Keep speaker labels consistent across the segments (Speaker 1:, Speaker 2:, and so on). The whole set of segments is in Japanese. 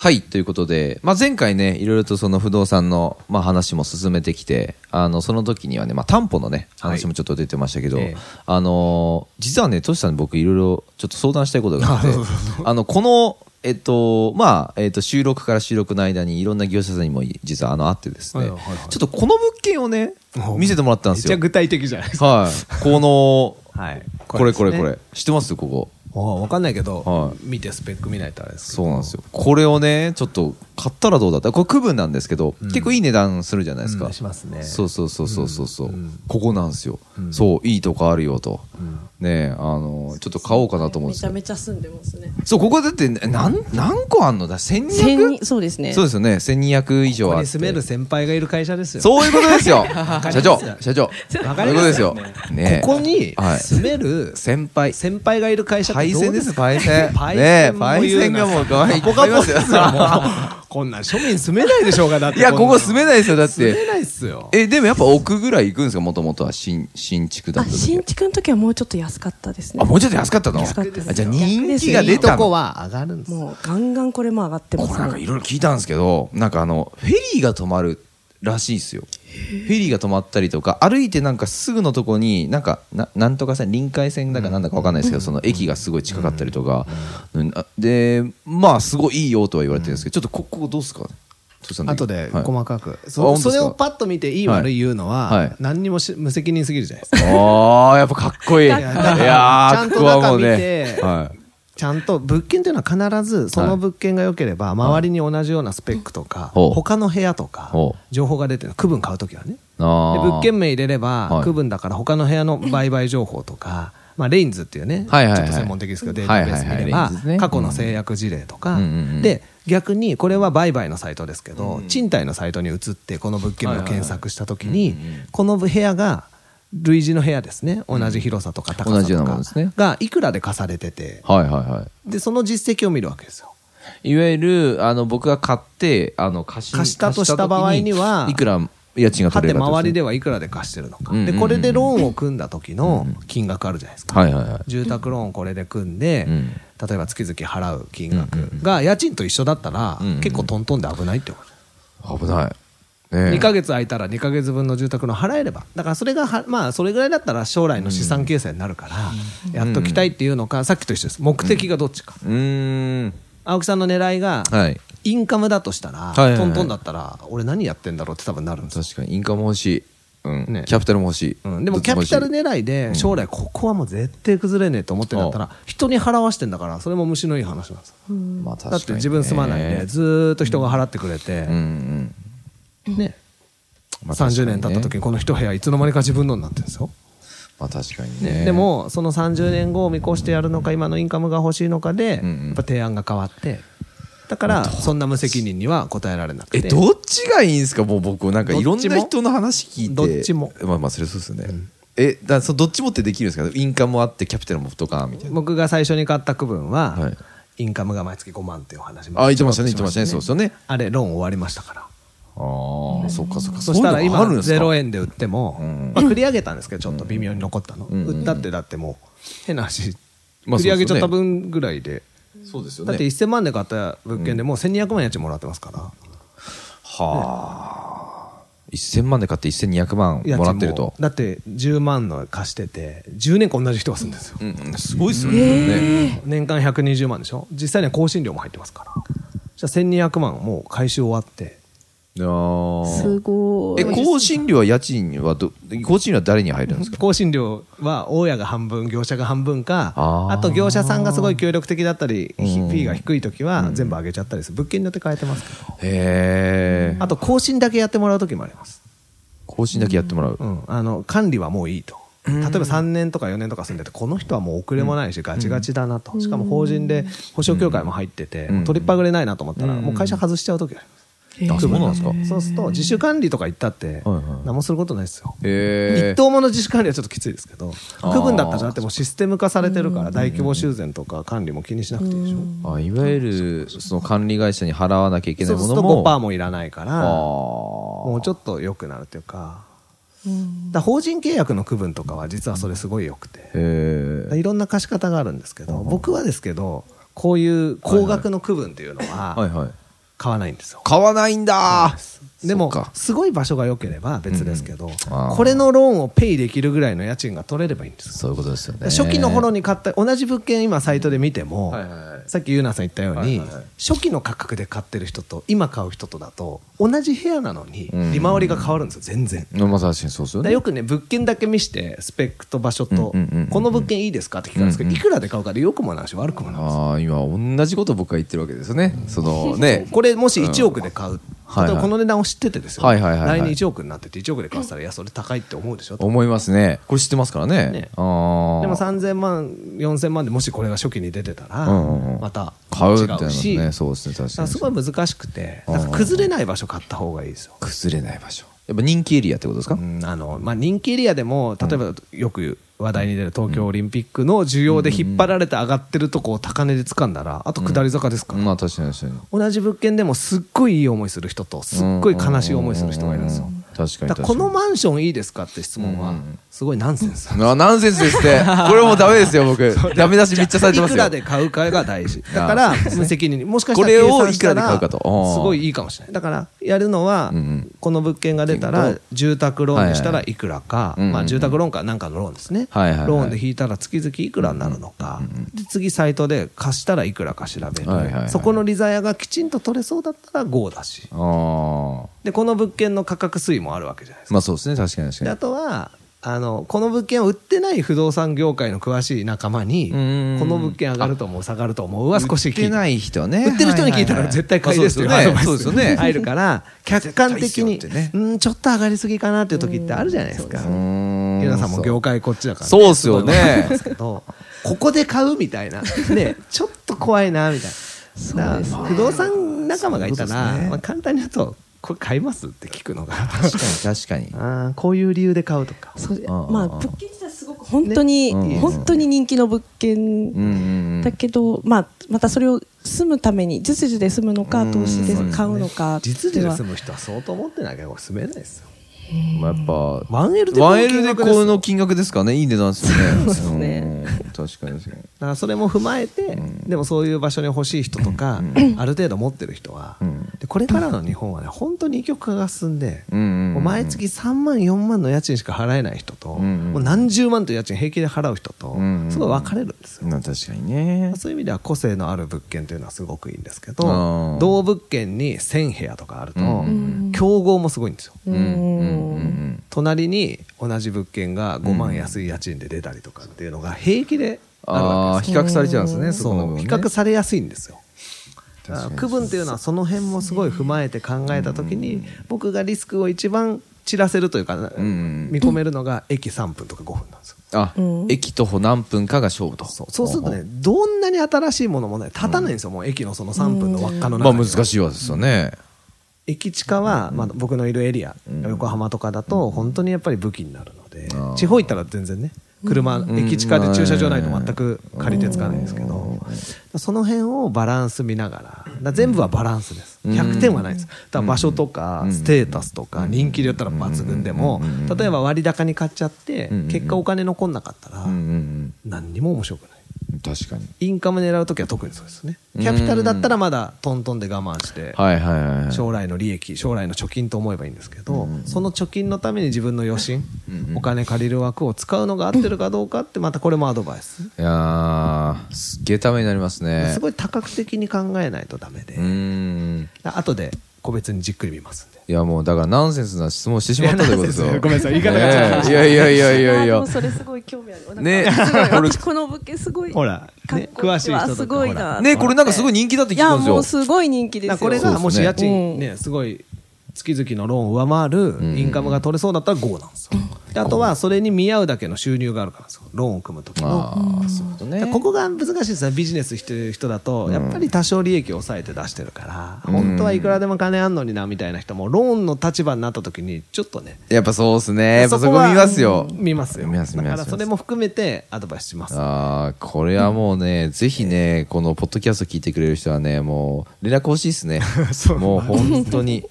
Speaker 1: はい、ということで、まあ、前回ね、いろいろとその不動産の、まあ、話も進めてきて、あの、その時にはね、まあ、担保のね、話もちょっと出てましたけど、
Speaker 2: ええ
Speaker 1: あのー、実はね、トシさんに僕いろいろちょっと相談したいことがあ って、あの、この、えっと、まあ、えっと、収録から収録の間にいろんな業者さんにも実はあの、あってですね、
Speaker 2: はいはいはい
Speaker 1: ちょっとこの物件をね、見せてもらったんです
Speaker 2: め
Speaker 1: よ
Speaker 2: っちゃ。具体的じゃないですか。
Speaker 1: はい。この、
Speaker 2: はい
Speaker 1: これこれこ
Speaker 2: これ
Speaker 1: れ
Speaker 2: で。
Speaker 1: 知ってますここ。
Speaker 2: わかんないけど、
Speaker 1: はい
Speaker 2: 見てスペック見ないとあれですけど。
Speaker 1: そうなんですよ。これをね、ちょっと買ったらどうだったこれ区分なんですけど、結構いい値段するじゃないですか。
Speaker 2: うんしますね
Speaker 1: そうそうそうそうそうそう、
Speaker 2: うん
Speaker 1: ここなんですよ、そう、いいとこあるよと。ねえ、あの、ちょっと買おうかなと思うん
Speaker 3: め
Speaker 1: です
Speaker 3: ち
Speaker 1: け
Speaker 3: ゃ
Speaker 1: ど。
Speaker 3: めちゃ住んでますね。
Speaker 1: そう、ここだって、なん、何個あんのだ ?1200?
Speaker 3: 千人そうですね。
Speaker 1: そうですよね。1200以上
Speaker 2: ここ
Speaker 1: あっ
Speaker 2: に
Speaker 1: て。
Speaker 2: 住める先輩がいる会社ですよ。
Speaker 1: そういうこと ですよ
Speaker 2: かります
Speaker 1: 社長社長
Speaker 2: わ
Speaker 1: そ
Speaker 2: か
Speaker 1: ういう
Speaker 2: りま
Speaker 1: こと
Speaker 2: す
Speaker 1: ですよ。ねえ
Speaker 2: ここに
Speaker 1: はい
Speaker 2: 住める
Speaker 1: 先輩。
Speaker 2: 先輩がいる会社って
Speaker 1: パイ
Speaker 2: どう
Speaker 1: センです、パイ セン。
Speaker 2: パイ
Speaker 1: ね
Speaker 2: セ
Speaker 1: え、
Speaker 2: ンも
Speaker 1: パイ
Speaker 2: 言う
Speaker 1: セン
Speaker 2: な
Speaker 1: がもう、かわいい。
Speaker 2: ポカポカですよ、も
Speaker 1: もう
Speaker 2: う。こんなん庶民住めないでしょうが、だって。
Speaker 1: いや、ここ住めないですよ、だっ
Speaker 2: 住め
Speaker 1: て。
Speaker 2: ないっすよ。
Speaker 1: え、でもやっぱ奥ぐらい行くんですか、もともとは新新築だ
Speaker 3: あ
Speaker 1: った時
Speaker 3: 新築の時はもうちょっと安かったですね。
Speaker 1: あ、もうちょっと安かったの
Speaker 3: 安かったです
Speaker 1: あじゃあ人気が
Speaker 2: い
Speaker 1: 出
Speaker 2: いと
Speaker 1: た
Speaker 2: こ
Speaker 1: の
Speaker 2: は上がるんです。
Speaker 3: もうガンガンこれも上がってま
Speaker 1: こ
Speaker 3: す
Speaker 1: れ
Speaker 3: ね。
Speaker 1: なんかいろいろ聞いたんですけど、なんかあの、フェリーが止まるらしいですよ。フェリーが止まったりとか、歩いてなんかすぐのとこに、なんか、ななんとか線、臨海線だかなんだかわかんないですけど、その駅がすごい近かったりとか、うんあで、まあ、すごいいいよとは言われてるんですけど、ちょっとこここどうですかトシさん
Speaker 2: 後で
Speaker 1: はい
Speaker 2: 細かく。
Speaker 1: あ本
Speaker 2: そ
Speaker 1: 当ですか
Speaker 2: それをパッと見ていい悪い言うの
Speaker 1: はいはい
Speaker 2: は、何にもし無責任すぎるじゃないですか。
Speaker 1: ああ、やっぱかっこいい。 いや
Speaker 2: だから
Speaker 1: ー
Speaker 2: ちゃんと
Speaker 1: ここはもう
Speaker 2: 中見
Speaker 1: ね
Speaker 2: て
Speaker 1: はい。
Speaker 2: ちゃんと物件というのは必ずその物件が良ければ周りに同じようなスペックとか
Speaker 1: ほう
Speaker 2: 他の部屋とか
Speaker 1: ほう
Speaker 2: 情報が出てる区分買うときはね
Speaker 1: あ
Speaker 2: で
Speaker 1: ー
Speaker 2: 物件名入れれば
Speaker 1: はい
Speaker 2: 区分だから他の部屋の売買情報とかまあレインズっていうねちょ
Speaker 1: はいはいは
Speaker 2: っ
Speaker 1: い
Speaker 2: と専門的ですけどデータベース見れ
Speaker 1: はいはいはいレイ
Speaker 2: ば
Speaker 1: ンズですね
Speaker 2: 過去の制約事例と
Speaker 1: う
Speaker 2: か
Speaker 1: んうんうん
Speaker 2: で逆にこれは売買のサイトですけど賃貸のサイトに移ってこの物件名を検索したときにこの部屋が類似の部屋ですね同じ広さとか高
Speaker 1: 同
Speaker 2: さ
Speaker 1: じよう
Speaker 2: と
Speaker 1: なもの
Speaker 2: か
Speaker 1: ですね
Speaker 2: がいくらで貸されてて
Speaker 1: はいはいは
Speaker 2: でその実績を見るわけですよ。
Speaker 1: い。いわゆる、あの、僕が買って、あの、貸し
Speaker 2: 貸したとした場合には
Speaker 1: 貸した時いくら家賃が
Speaker 2: は
Speaker 1: 取
Speaker 2: て
Speaker 1: れるか
Speaker 2: 周りで
Speaker 1: は。
Speaker 2: はいくらで貸してるのか、
Speaker 1: うんうんうん
Speaker 2: でこれでローンを組んだ時の金額あるじゃないですか、
Speaker 1: はいはいはい。
Speaker 2: 住宅ローンをこれで組んで、
Speaker 1: うん
Speaker 2: 例えば月々払う金額が家賃と一緒だったら、
Speaker 1: うんうんうん
Speaker 2: 結構トントンで危ないってこと、
Speaker 1: 危ない。ねえ
Speaker 2: 2ヶ月空いたら2ヶ月分の住宅ローン払えればだからそれがはまあそれぐらいだったら将来の資産形成になるから、やっときたいっていうのか、さっきと一緒です目的がどっちか、
Speaker 1: うーん。
Speaker 2: 青木さんの狙いが、
Speaker 1: はい。
Speaker 2: インカムだとしたら、
Speaker 1: はいはいはい
Speaker 2: トントンだったら俺何やってんだろうって多分なるんですよ
Speaker 1: 確かに、インカム欲しい。うん。
Speaker 2: ね
Speaker 1: キャピタルも欲しい。
Speaker 2: うん、で
Speaker 1: ど
Speaker 2: も
Speaker 1: っち
Speaker 2: キャ
Speaker 1: 欲
Speaker 2: ピ
Speaker 1: しい
Speaker 2: タル。狙いで将来ここはもう絶対崩れねえと思ってんだったら人に払わしてんだからそれも虫のいい話なんですよ
Speaker 1: まあ確かにね。
Speaker 2: だって自分住まないでずーっと人が払ってくれて
Speaker 1: うんう、ん。
Speaker 2: ね
Speaker 1: まあ
Speaker 2: 30年経った
Speaker 1: 確かに
Speaker 2: 時
Speaker 1: ね
Speaker 2: にこの一部屋いつの間にか自分のになってるんですよ、
Speaker 1: まあ確かに
Speaker 2: ね
Speaker 1: ね。
Speaker 2: で、もその30年後を見越してやるのか今のインカムが欲しいのかでや
Speaker 1: うんうん
Speaker 2: っぱ提案が変わってだからそんな無責任には答えられなくて
Speaker 1: え、どっちがいいんですかもう僕、なんかいろん
Speaker 2: どっち
Speaker 1: な
Speaker 2: も
Speaker 1: 人の話聞いて。
Speaker 2: どっちも
Speaker 1: まあまあ、それそうですよね。え、だからそのどっちもってできるんですかインカムもあって、キャピタルもとか、みたいな。
Speaker 2: 僕が最初に買った区分は、
Speaker 1: はい
Speaker 2: インカムが毎月5万っていうお話も
Speaker 1: あ、言ってましたね、言ってましたね。そうですよね。
Speaker 2: あれローン終わりましたから
Speaker 1: ああ、そっかそっか。
Speaker 2: そしたら今
Speaker 1: そういうのがあるんですか
Speaker 2: 0円で売っても、
Speaker 1: うん
Speaker 2: まあ、繰り上げたんですけどちょっと微妙に残ったの、
Speaker 1: ん
Speaker 2: 売ったってだってもう変な話、
Speaker 1: まあ
Speaker 2: 繰り上げちゃった
Speaker 1: そう
Speaker 2: 分ぐらいで、
Speaker 1: そうですよ
Speaker 2: だって1000万で買った物件でもう1200万家賃もらってますから、
Speaker 1: はあ。1000万で買って1200万
Speaker 2: 家賃
Speaker 1: もらってると。
Speaker 2: だって10万の貸してて10年間同じ人が住んでるんですよ、
Speaker 1: うんうん、すごいですよね。
Speaker 2: 年間120万でしょ実際には更新料も入ってますからじゃあ1200万もう回収終わって
Speaker 1: いやー
Speaker 3: すごい。
Speaker 1: え、更新料は家賃はど、更新料は誰に入るんですか
Speaker 2: 更新料は大家が半分業者が半分か
Speaker 1: あ
Speaker 2: あ
Speaker 1: ー
Speaker 2: と業者さんがすごい協力的だったりフ
Speaker 1: ん
Speaker 2: ィーが低い時は全部上げちゃったりする物件によって変えてますけど
Speaker 1: へえ。
Speaker 2: あと更新だけやってもらう時もあります、
Speaker 1: 更新だけやってもらう
Speaker 2: う。ん、あの管理はもういいと例えば3年とか4年とか住んでてこの人はもう遅れもないしガチガチだなとしかも法人で保証協会も入ってて
Speaker 1: ん
Speaker 2: もう取りっぱぐれないなと思ったらもう会社外しちゃう時あります
Speaker 1: あそうなんですか
Speaker 2: そうすると自主管理とか行ったって
Speaker 1: はいはい
Speaker 2: 何もすることないですよ、
Speaker 1: へー
Speaker 2: 一等もの自主管理はちょっときついですけど
Speaker 1: あー
Speaker 2: 区分だったらだってもうシステム化されてるから大規模修繕とか管理も気にしなくていいでしょ
Speaker 1: あいわゆるその管理会社に払わなきゃいけな
Speaker 2: そ
Speaker 1: いうも
Speaker 2: する
Speaker 1: の
Speaker 2: と
Speaker 1: も
Speaker 2: 5%もいらないか
Speaker 1: あ
Speaker 2: らもうちょっと良くなるというかだから法人契約の区分とかは実はそれすごい良くて
Speaker 1: あへえ
Speaker 2: いろんな貸し方があるんですけど僕はですけどこういう高額の区分っていうの
Speaker 1: はい
Speaker 2: は
Speaker 1: はい
Speaker 2: 買わないんですよ
Speaker 1: 買わないんだ
Speaker 2: でも
Speaker 1: そっか
Speaker 2: すごい場所が良ければ別ですけど、
Speaker 1: あー
Speaker 2: これのローンをペイできるぐらいの家賃が取れればいいんですよ
Speaker 1: そういうことですよね
Speaker 2: 初期の頃に買った同じ物件今サイトで見ても、
Speaker 1: はいはいはい
Speaker 2: さっきゆうなさん言ったように、
Speaker 1: はいはいはい
Speaker 2: 初期の価格で買ってる人と今買う人とだと同じ部屋なのに
Speaker 1: ん
Speaker 2: 利回りが変わるんですよ全然。
Speaker 1: まあ確かにそうですよ
Speaker 2: だから
Speaker 1: ね
Speaker 2: よくね物件だけ見してスペックと場所と
Speaker 1: うんうんうんうん
Speaker 2: この物件いいですかって聞かれるんですけどいくらで買うかで良くもなるし悪くもなるんですよ
Speaker 1: ああ今同じこと僕は言ってるわけですよねそのね
Speaker 2: これもし1億で買う、
Speaker 1: はいはい
Speaker 2: 例えばこの値段を知っててですよ、
Speaker 1: はいはいはいはい
Speaker 2: 来年1億になってて1億で買ったらいやそれ高いって思うでしょ、
Speaker 1: 思いますねこれ知ってますからね
Speaker 2: ね
Speaker 1: ああ
Speaker 2: でも3000万4000万でもしこれが初期に出てたら、
Speaker 1: うんうんうん
Speaker 2: また
Speaker 1: 買うって
Speaker 2: 違
Speaker 1: なる
Speaker 2: うし
Speaker 1: ねそうですね確
Speaker 2: だか
Speaker 1: からに
Speaker 2: すごい難しくて
Speaker 1: うん
Speaker 2: だから崩れない場所買った方がいいですよ、
Speaker 1: 崩れない場所やっぱ人気エリアってことですか、
Speaker 2: うんあのまあ、人気エリアでも例えばよく話題に出る東京オリンピックの需要で引っ張られて上がってるとこを高値で掴んだらあと下り坂ですから、
Speaker 1: まあ確かに確かに
Speaker 2: 同じ物件でもすっごいいい思いする人とすっごい悲しい思いする人がいるんです
Speaker 1: う
Speaker 2: よ、
Speaker 1: うううん確かに
Speaker 2: だ
Speaker 1: 確
Speaker 2: か
Speaker 1: からに
Speaker 2: このマンションいいですかって質問はすごいナンセンス
Speaker 1: あナンセンスです ってこれもうダメですよ僕ダメ出しめっちゃされてま
Speaker 2: い
Speaker 1: す
Speaker 2: く
Speaker 1: よ
Speaker 2: らで買うかが大事だから無責任にもしかしたら
Speaker 1: これを
Speaker 2: 計算したら
Speaker 1: いくらで買うかとああ
Speaker 2: すごいいいかもしれないだからやるのは
Speaker 1: うんうん
Speaker 2: この物件が出たら住宅ローンにしたらいくらか
Speaker 1: いはい
Speaker 2: ま
Speaker 1: うんう
Speaker 2: あ
Speaker 1: ん
Speaker 2: 住宅ローンかなんかのローンですねロ
Speaker 1: はいはいはい
Speaker 2: ーンで引いたら月々いくらになるのかで次サイトで貸したらいくらか調べ
Speaker 1: はいはいはい
Speaker 2: るそこの利ざやがきちんと取れそうだったら5だし
Speaker 1: あ
Speaker 2: でこの物件の価格推移もあるわけじゃないですか
Speaker 1: あまあそうですね確かに確
Speaker 2: で
Speaker 1: か
Speaker 2: あ
Speaker 1: に
Speaker 2: とはあのこの物件を売ってない不動産業界の詳しい仲間にこ
Speaker 1: うん
Speaker 2: の物件上がると思う下がると思うは少し
Speaker 1: 売
Speaker 2: 聞い
Speaker 1: ってない人ね
Speaker 2: 売ってる人に聞い
Speaker 1: は
Speaker 2: たら
Speaker 1: はは
Speaker 2: 絶対買いですっていう
Speaker 1: まあ
Speaker 2: アドバイス
Speaker 1: そうですよねそうですよね
Speaker 2: 入 るから客観的に、
Speaker 1: 絶対いいっすよって
Speaker 2: うんちょっと上がりすぎかなっていう時ってあるじゃないですか
Speaker 1: うー
Speaker 2: 皆さんも業界こっちだから、
Speaker 1: そうそうっすよね
Speaker 2: ごいわかりますけどここで買うみた いなねちょっと怖いなみたいなだから不動産仲間がいたら、
Speaker 1: そういうことですね
Speaker 2: まあ、簡単に言うとこれ買いますって聞くのが
Speaker 1: 確かに確かに
Speaker 2: あーこういう理由で買うとか
Speaker 3: そう
Speaker 1: ああ
Speaker 3: ま
Speaker 1: あ
Speaker 3: あ
Speaker 1: あ
Speaker 3: 物件自体すごく本当に、
Speaker 1: ねうん
Speaker 3: 本当に人気の
Speaker 1: う
Speaker 3: 物
Speaker 1: んう
Speaker 3: 件
Speaker 1: んう
Speaker 3: だ
Speaker 1: ん
Speaker 3: けど、まあ、またそれを住むために実需で住むのか投資で買うのか
Speaker 2: 実
Speaker 3: で
Speaker 2: 利で住む人は相当持ってなきゃ住めないですよ
Speaker 1: まあやっぱ
Speaker 2: 1L でこの
Speaker 1: 1L で
Speaker 2: 金額
Speaker 1: こ
Speaker 2: です
Speaker 1: の金額ですからねいい値段ですよねそうです
Speaker 3: ね
Speaker 1: 確かに確かに
Speaker 2: だからそれも踏まえて、でもそういう場所に欲しい人とか、ある程度持ってる人は、
Speaker 1: ん
Speaker 2: でこれからの日本はね本当に二極化が進んで、
Speaker 1: うんうんうん
Speaker 2: もう毎月3万4万の家賃しか払えない人と、
Speaker 1: んうん
Speaker 2: もう何十万という家賃平気で払う人と、
Speaker 1: んうん
Speaker 2: すごい分かれるんですよ
Speaker 1: まあ確かにね
Speaker 2: そういう意味では個性のある物件というのはすごくいいんですけ
Speaker 1: あ
Speaker 2: ど
Speaker 1: ー
Speaker 2: 同物件に1000部屋とかあると、
Speaker 1: うん
Speaker 2: 競合もすごいんですよ、
Speaker 3: うん
Speaker 1: うん
Speaker 2: 隣に同じ物件が5万安い家賃で出たりとかっていうのが平気である
Speaker 1: あ
Speaker 2: わ
Speaker 1: あ
Speaker 2: け
Speaker 1: 比較されちゃうんですね
Speaker 2: です、
Speaker 1: そこの部
Speaker 2: そう
Speaker 1: 分
Speaker 2: 比
Speaker 1: ね
Speaker 2: 較されやすいんですよ
Speaker 1: 確かに
Speaker 2: だから区分っていうのはその辺もすごい踏まえて考えた時に僕がリスクを一番散らせるというか
Speaker 1: ん
Speaker 2: 見込めるのが駅3分とか5分なんですよ
Speaker 1: あ、駅徒歩何分かが勝負と
Speaker 2: そうそうするとねどんなに新しいものもね立たないんですよもう駅のその3分の輪っかの
Speaker 1: ま
Speaker 2: 中
Speaker 1: あ
Speaker 2: に
Speaker 1: 難しいわけですよね
Speaker 2: 駅地下は、まあ、僕のいるエリア、横浜とかだと本当にやっぱり武器になるので、
Speaker 1: あー
Speaker 2: 地方行ったら全然ね車、
Speaker 1: ん
Speaker 2: 駅地下で駐車場ないと全く借りてつかないですけど、その辺をバランス見ながらだから全部はバランスです100点はないですだから場所とかステータスとか人気で言ったら抜群でも例えば割高に買っちゃって
Speaker 1: ん
Speaker 2: 結果お金残んなかったら
Speaker 1: うんうん
Speaker 2: 何にも面白くない
Speaker 1: うん確かに
Speaker 2: インカム狙う時は特にそうですねキャピタルだったらまだトントンで我慢して
Speaker 1: はいはいはいはい
Speaker 2: 将来の利益将来の貯金と思えばいいんですけど、その貯金のために自分の余震、お金借りる枠を使うのが合ってるかどうかってまたこれもアドバイス、
Speaker 1: いやーすっげえためになりますね
Speaker 2: すごい多角的に考えないとダメで、
Speaker 1: うーん
Speaker 2: あとで個別にじっくり見ますんで
Speaker 1: いやもうだからナンセンスな質問してしまったということです
Speaker 2: い
Speaker 1: よ
Speaker 2: やナンセンスごめんなさい言い方が
Speaker 1: ねえいやいやいやいやい
Speaker 3: あーで
Speaker 1: や
Speaker 3: もそれすごい興味ある。
Speaker 1: ね
Speaker 3: ね、すごい私この物件すごい。
Speaker 2: ほらね詳しい人とか
Speaker 3: あすごいな。
Speaker 1: ねこれなんかすごい人気だって聞きますよ
Speaker 3: いやもうすごい人気です
Speaker 2: だ
Speaker 3: よ。
Speaker 2: からこれがもし家賃
Speaker 3: うん
Speaker 2: ねすごい月々のローンを上回るインカムが取れそうだったら5なんですよ、だであとはそれに見合うだけの収入があるからですよローンを組む時の。
Speaker 1: ああ、そういうことね。
Speaker 2: ここが難しいですねビジネスしてる人だとやっぱり多少利益を抑えて出してるから、本当はいくらでも金あんのになみたいな人もローンの立場になった時にちょっとね
Speaker 1: やっぱそうですね。やっぱそこ
Speaker 2: は
Speaker 1: 見ますよ。
Speaker 2: 見ますよ
Speaker 1: 見ます、
Speaker 2: だ
Speaker 1: 見
Speaker 2: か
Speaker 1: ます。
Speaker 2: らそれも含めてアドバイスします
Speaker 1: ああ、これはもうね、ぜひね、このポッドキャスト聞いてくれる人はね、もう連絡欲しいですね。もう本当に。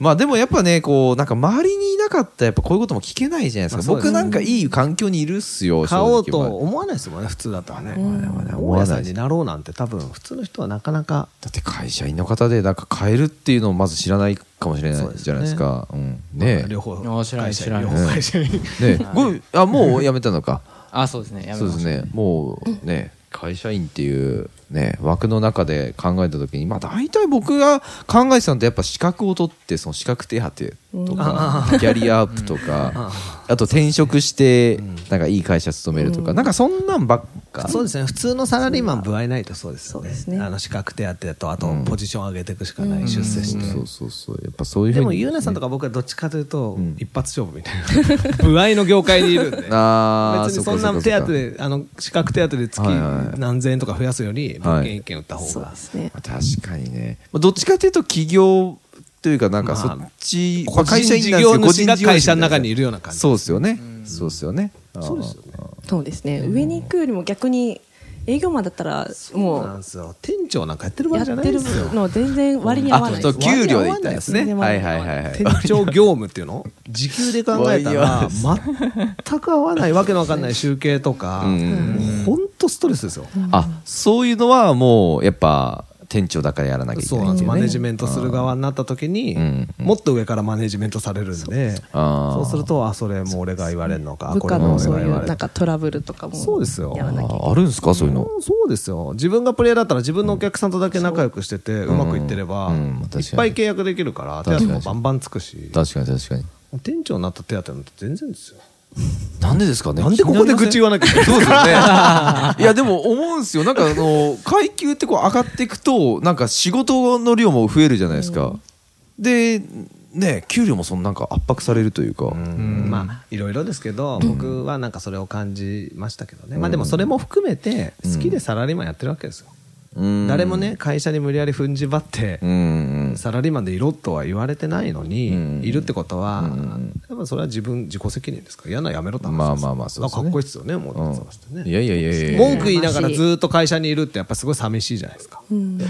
Speaker 1: まあでもやっぱね、こう、なんか周りにいなかったらやっぱこういうことも聞けないじゃないですか。
Speaker 2: まあそうです
Speaker 1: 僕
Speaker 2: ね
Speaker 1: なんかいい環境にいるっすよ、
Speaker 2: 買おう
Speaker 1: 正
Speaker 2: と
Speaker 1: 直
Speaker 2: 思わないですもんね普通だったら
Speaker 1: 思わな
Speaker 2: ね大
Speaker 1: い
Speaker 2: 家さんになろうなんて多分普通の人はなかなか
Speaker 1: だって会社員の方でなんか変えるっていうのをまず知らないかもしれないじゃないですか。うん。ねえ。
Speaker 2: 両方
Speaker 4: あ知らない
Speaker 2: 会社
Speaker 4: 知らな
Speaker 2: 両
Speaker 4: い
Speaker 2: 方会社に
Speaker 1: ねえごめんあ、もうやめたのか。
Speaker 4: あそうですねやめ
Speaker 1: そう
Speaker 4: ま
Speaker 1: で
Speaker 4: し
Speaker 1: すね、もうね、会社員っていう、ね、枠の中で考えたときに、まあ、大体僕が考えてたのって、やっぱ資格を取って、その資格手当とか、キャリアアップとか、あと転職して、なんかいい会社勤めるとか、なんかそんなんばっか。
Speaker 2: そうですね普通のサラリーマン不合ないとそうですよ
Speaker 3: そうですね
Speaker 2: あの資格手当とあとポジション上げていくしかない、出世して、
Speaker 1: そうそうそう、やっぱそういうふう
Speaker 2: で
Speaker 1: に。
Speaker 2: もゆうなさんとか僕はどっちかというと一発勝負みたいな、 不合の業界にいるんで
Speaker 1: あー
Speaker 2: 別に
Speaker 1: そ
Speaker 2: そ
Speaker 1: っ
Speaker 2: ん
Speaker 1: かそっか
Speaker 2: な
Speaker 1: そっ
Speaker 2: 手
Speaker 1: か
Speaker 2: 当であの資格手当で月
Speaker 1: はいはい
Speaker 2: 何千円とか増やすよ
Speaker 1: は
Speaker 2: り
Speaker 1: い
Speaker 2: 物件一件売った方
Speaker 3: そう
Speaker 2: が
Speaker 3: ですね
Speaker 1: まあ確かにね、まあ、どっちかというと企業というかなんかそっち、まあ会社員なんですけど
Speaker 2: 個人事業主が
Speaker 1: 個人事業主みたいな
Speaker 2: 会社の中にいるような感じ
Speaker 1: そうですよねそうですよねそうですよね
Speaker 3: そうですね上に行くよりも逆に営業マンだったらも
Speaker 2: なん
Speaker 3: う
Speaker 2: ですよ店長なんかやってる場
Speaker 3: や
Speaker 2: 合
Speaker 3: っ
Speaker 2: じゃない
Speaker 3: て
Speaker 2: で
Speaker 3: る
Speaker 2: すよ
Speaker 3: の全然割に合わ
Speaker 1: あ
Speaker 3: ない
Speaker 1: そう給料で言
Speaker 2: わ
Speaker 1: った
Speaker 2: んない
Speaker 1: ん
Speaker 2: で
Speaker 1: ですす
Speaker 2: ね
Speaker 1: ねはいはいはいはい
Speaker 2: 店長業務っていうの時給で考えたら全く合わないわけのわかんない集計とか本当ストレスですよ
Speaker 1: あそういうのはもうやっぱ店長だからやらなきゃいけ
Speaker 2: そう
Speaker 1: ない
Speaker 2: なん
Speaker 1: って
Speaker 2: です
Speaker 1: いうね
Speaker 2: マネジメントする側になった時に
Speaker 1: ん
Speaker 2: もっと上からマネジメントされるんで
Speaker 1: あー
Speaker 2: そうするとあそれも俺が言われるのかあ
Speaker 3: 部
Speaker 2: これ
Speaker 3: 下
Speaker 2: も
Speaker 3: の
Speaker 2: 俺
Speaker 3: そう
Speaker 2: が
Speaker 3: い
Speaker 2: 言わ
Speaker 3: う
Speaker 2: れ
Speaker 3: な
Speaker 2: る
Speaker 3: んかトラブルとかも
Speaker 2: そうですよ
Speaker 3: やらなきゃいけない
Speaker 1: ああるんですかそういうの
Speaker 2: うんそうですよ自分がプレイヤーだったら自分のお客さんとだけ仲良くしててうまくいってれば
Speaker 1: うんうん
Speaker 2: い
Speaker 1: 確
Speaker 2: っ
Speaker 1: か
Speaker 2: ぱ
Speaker 1: に
Speaker 2: い契約できるから手当もバンバンつくし
Speaker 1: 確かに確かに
Speaker 2: 店長になった手当なんて全然ですよ
Speaker 1: なんでですかね
Speaker 2: なんでここで愚痴言わなきゃいけない
Speaker 1: そうですよねい やでも思うんですよなんかあの階級ってこう上がっていくとなんか仕事の量も増えるじゃないですか、でね給料もそのなんか圧迫されると いうか、
Speaker 2: まあいろいろですけど僕はなんかそれを感じましたけどね、まあ、でもそれも含めて好きでサラリーマンやってるわけですよ、
Speaker 1: うん
Speaker 2: 誰もね会社に無理やり踏んじばって
Speaker 1: う、んうん
Speaker 2: サラリーマンでいろとは言われてないのに、いるってことは、多分それは自分自己責任ですから嫌ならやめろって話ですよ
Speaker 1: まあまあまあそうですね
Speaker 2: かっこいいですよねもう
Speaker 1: うん
Speaker 2: そうして
Speaker 1: い
Speaker 2: ね
Speaker 1: やいやいやいや
Speaker 2: 文句言いながらずっと会社にいるってやっぱすごい寂しいじゃないですか、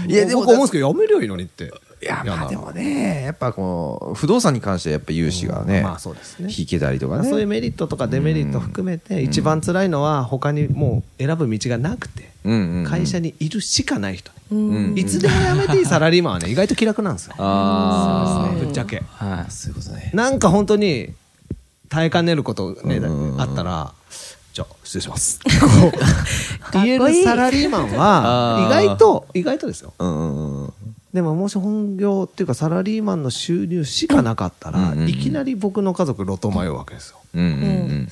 Speaker 2: いやでも僕思うんですけどやめりゃいいのにって
Speaker 1: いや
Speaker 2: 嫌
Speaker 1: ま
Speaker 2: な
Speaker 1: あ
Speaker 2: ら
Speaker 1: でもねやっぱこう不動産に関してはやっぱ融資がね,、
Speaker 2: うんまあそうですね
Speaker 1: 引けたりとかね
Speaker 2: そういうメリットとかデメリット含めて、一番辛いのは、他にもう選ぶ道がなくて、
Speaker 1: うんうんうん
Speaker 2: 会社にいるしかない人ね、いつでも辞めていいサラリーマンはね、意外と気楽なんですよ、
Speaker 1: ああ
Speaker 2: ぶっちゃけ。
Speaker 4: たはい
Speaker 1: そういうことね
Speaker 2: なんか本当に耐えかねること、ねあったら、じゃあ、失礼 します。こう
Speaker 3: かっこいい
Speaker 2: 言えるサラリーマンは、
Speaker 1: あー
Speaker 2: 意外と、意外とですよ。
Speaker 1: うんうんうん
Speaker 2: でももし本業っていうかサラリーマンの収入しかなかったら、
Speaker 1: うんうんうん
Speaker 2: いきなり僕の家族路頭迷うわけですよ。
Speaker 1: うんうん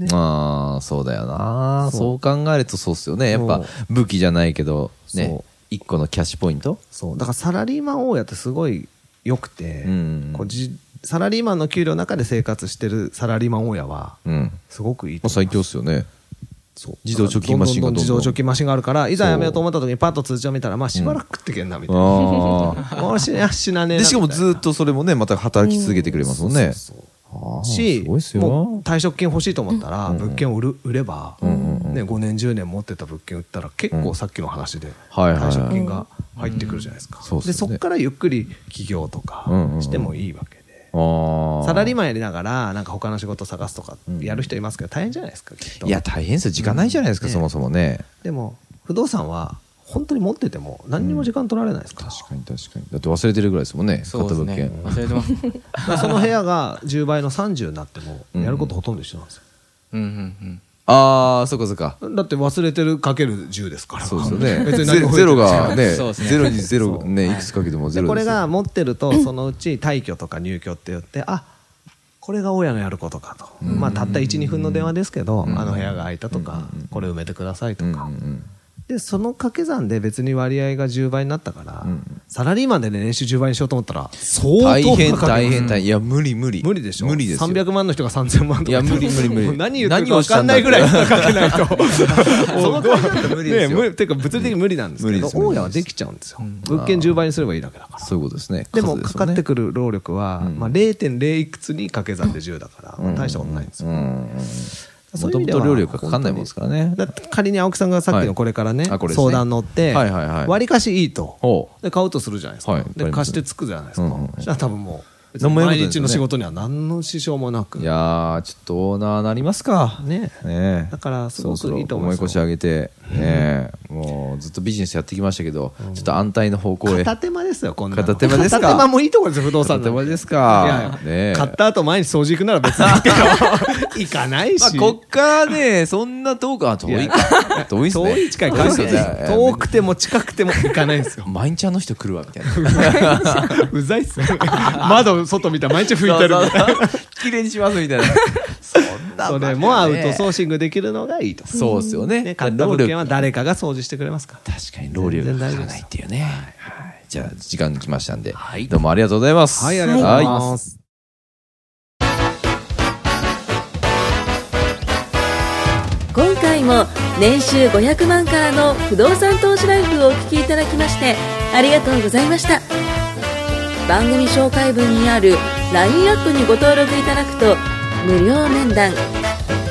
Speaker 1: うん、ああそうだよなそう考えるとそうっすよねやっぱ
Speaker 2: そ
Speaker 1: 武器じゃないけどね
Speaker 2: そ
Speaker 1: 一個のキャッシュポイント
Speaker 2: そうだからサラリーマン大家ってすごい良くて、
Speaker 1: うん
Speaker 2: こうじサラリーマンの給料の中で生活してるサラリーマン大家は
Speaker 1: うんも
Speaker 2: すごくいいうと思
Speaker 1: 最強っすよ ね
Speaker 2: そう
Speaker 1: 自動貯金マシンが
Speaker 2: どんどんどんどん自
Speaker 1: どんどん
Speaker 2: 動貯金マシンがあるからいざやめようと思った時にパッと通帳見たらまあしばらく食ってけんなみたいな、
Speaker 1: あ
Speaker 2: もう死な死なね
Speaker 1: あ
Speaker 2: えな
Speaker 1: でしかもず
Speaker 2: っ
Speaker 1: っとそれもねまた働き続けてくれますもんね、ああ
Speaker 2: し
Speaker 1: すごいっす
Speaker 2: もう
Speaker 1: よ
Speaker 2: 退職金欲しいと思ったら物件を売る売れば、ね、5年10年持ってた物件売ったら結構さっきの話で
Speaker 1: はいはいはい
Speaker 2: 退職金が入ってくるじゃないですか、
Speaker 1: んそうっすよ
Speaker 2: で
Speaker 1: ね
Speaker 2: そこからゆっくり起業とか
Speaker 1: うんうんうん
Speaker 2: してもいいわけで。
Speaker 1: ああ
Speaker 2: サラリーマンやりながら、なんか他の仕事探すとか、やる人いますけど、大変じゃないですか、きっと。
Speaker 1: いや大変っすよ時間ないじゃないですか、
Speaker 2: うん
Speaker 1: そもそもね
Speaker 2: でも、不動産は、本当に持ってても、何にも時間取られないですから。
Speaker 1: 確かに確かにだって忘れてるぐらいですもんね
Speaker 4: そうですね
Speaker 1: 買った物件
Speaker 4: 忘れてます
Speaker 2: だからその部屋が10倍の30になっても、やることほとんど一緒なんですよ。
Speaker 4: うんうんうん
Speaker 1: ああそっかそっか
Speaker 2: だって忘れてるかける10ですから。
Speaker 1: そうですよね
Speaker 2: 別
Speaker 1: ゼ
Speaker 2: に何も増えて
Speaker 1: ゼロ
Speaker 2: ない
Speaker 1: がね
Speaker 4: そうですね
Speaker 1: ゼロにゼロねいくつかけてもゼ
Speaker 2: で
Speaker 1: ロ
Speaker 2: こ
Speaker 1: で
Speaker 2: れ
Speaker 1: すよ
Speaker 2: が持ってるとそのうち退去とか入居って言ってあこれが大家のやることかと、まあ、たった12分の電話ですけど、あの部屋が空いたとか、これ埋めてくださいとか、でその掛け算で別に割合が10倍になったから、
Speaker 1: うん
Speaker 2: サラリーマンで、ね、年収10倍にしようと思ったら相当
Speaker 1: 大
Speaker 2: 負荷
Speaker 1: 変
Speaker 2: かかる
Speaker 1: 大変大変いや無理無理
Speaker 2: 無理でしょ
Speaker 1: 無理ですよ
Speaker 2: 300万の人が3000万とか
Speaker 1: いや無理無理無理
Speaker 2: もう何言ってるか分かんないぐらい負荷かけないと その会社だったら無
Speaker 1: 理ですよ
Speaker 2: ね、無理ていうか物理的に無理なんです
Speaker 1: 無
Speaker 2: け
Speaker 1: 理
Speaker 2: ど
Speaker 1: です無理です
Speaker 2: 大家はできちゃうんですよ物件10倍にすればいいだけだから
Speaker 1: そういうことですね
Speaker 2: でも
Speaker 1: 数す
Speaker 2: か
Speaker 1: よ
Speaker 2: か
Speaker 1: ね
Speaker 2: ってくる労力は、
Speaker 1: うん
Speaker 2: まあ、0.0いくつに掛け算で10だから、まあ大したことないんですよ、そういう意味では
Speaker 1: もともと労力がかかんないもんですからね
Speaker 2: だって仮に青木さんがさっき
Speaker 1: は
Speaker 2: の
Speaker 1: い
Speaker 2: これからね,、
Speaker 1: あこれですね
Speaker 2: 相談乗って、
Speaker 1: はいはいはい
Speaker 2: 割りかしいいと
Speaker 1: ほう
Speaker 2: で買うとするじゃないですか、
Speaker 1: はい
Speaker 2: で貸してつくじゃないですか、
Speaker 1: うんうんうん
Speaker 2: そしたら多分もう
Speaker 1: 何もやることない
Speaker 2: 毎日の仕事には何の支障もなく
Speaker 1: いやーちょっとオーナーなりますか
Speaker 2: ね
Speaker 1: ねえ
Speaker 2: だからす
Speaker 1: そ
Speaker 2: ご
Speaker 1: ろそ
Speaker 2: く
Speaker 1: ろ
Speaker 2: いいと思います
Speaker 1: 重
Speaker 2: よ
Speaker 1: い腰上げてねえもうずっとビジネスやってきましたけどちょっと安泰の方向へ
Speaker 2: 片手間ですよこんなの
Speaker 1: 片手間ですか
Speaker 2: 片手間もいいところですよ不動産の
Speaker 1: 片手間ですか
Speaker 2: いや
Speaker 1: ねえ
Speaker 2: 買った後毎日掃除行くなら別にいいけど 行かない
Speaker 1: まあ
Speaker 2: し、
Speaker 1: こっからねそんな遠くは遠いか遠いっすね
Speaker 2: 遠い近い関係
Speaker 1: そうですね
Speaker 2: ない遠くても近くても行かないんですよ
Speaker 1: 毎日あの人来るわみた いな
Speaker 2: うざいっすよね窓外見たら毎日拭いてるみたいな
Speaker 1: そうそう綺麗にしますみたいなそん な
Speaker 2: そ
Speaker 1: バカだね
Speaker 2: れもアウトソーシングできるのがいいと
Speaker 1: そうですよね
Speaker 2: ね買った物件は誰かが掃除してくれますから
Speaker 1: 確かに労力がかからないっていうね。はいじゃあ、時間来ましたんで、
Speaker 2: はい
Speaker 1: どうもありがとうございます。
Speaker 2: はいありがとうござい
Speaker 1: は
Speaker 2: ます
Speaker 5: 今回も年収500万からの不動産投資ライフをお聞きいただきましてありがとうございました番組紹介文にある LINE アップにご登録いただくと無料面談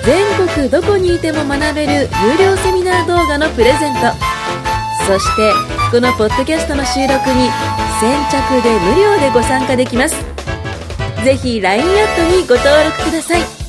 Speaker 5: 全国どこにいても学べる有料セミナー動画のプレゼントそしてこのポッドキャストの収録に先着で無料でご参加できますぜひ LINE アットにご登録ください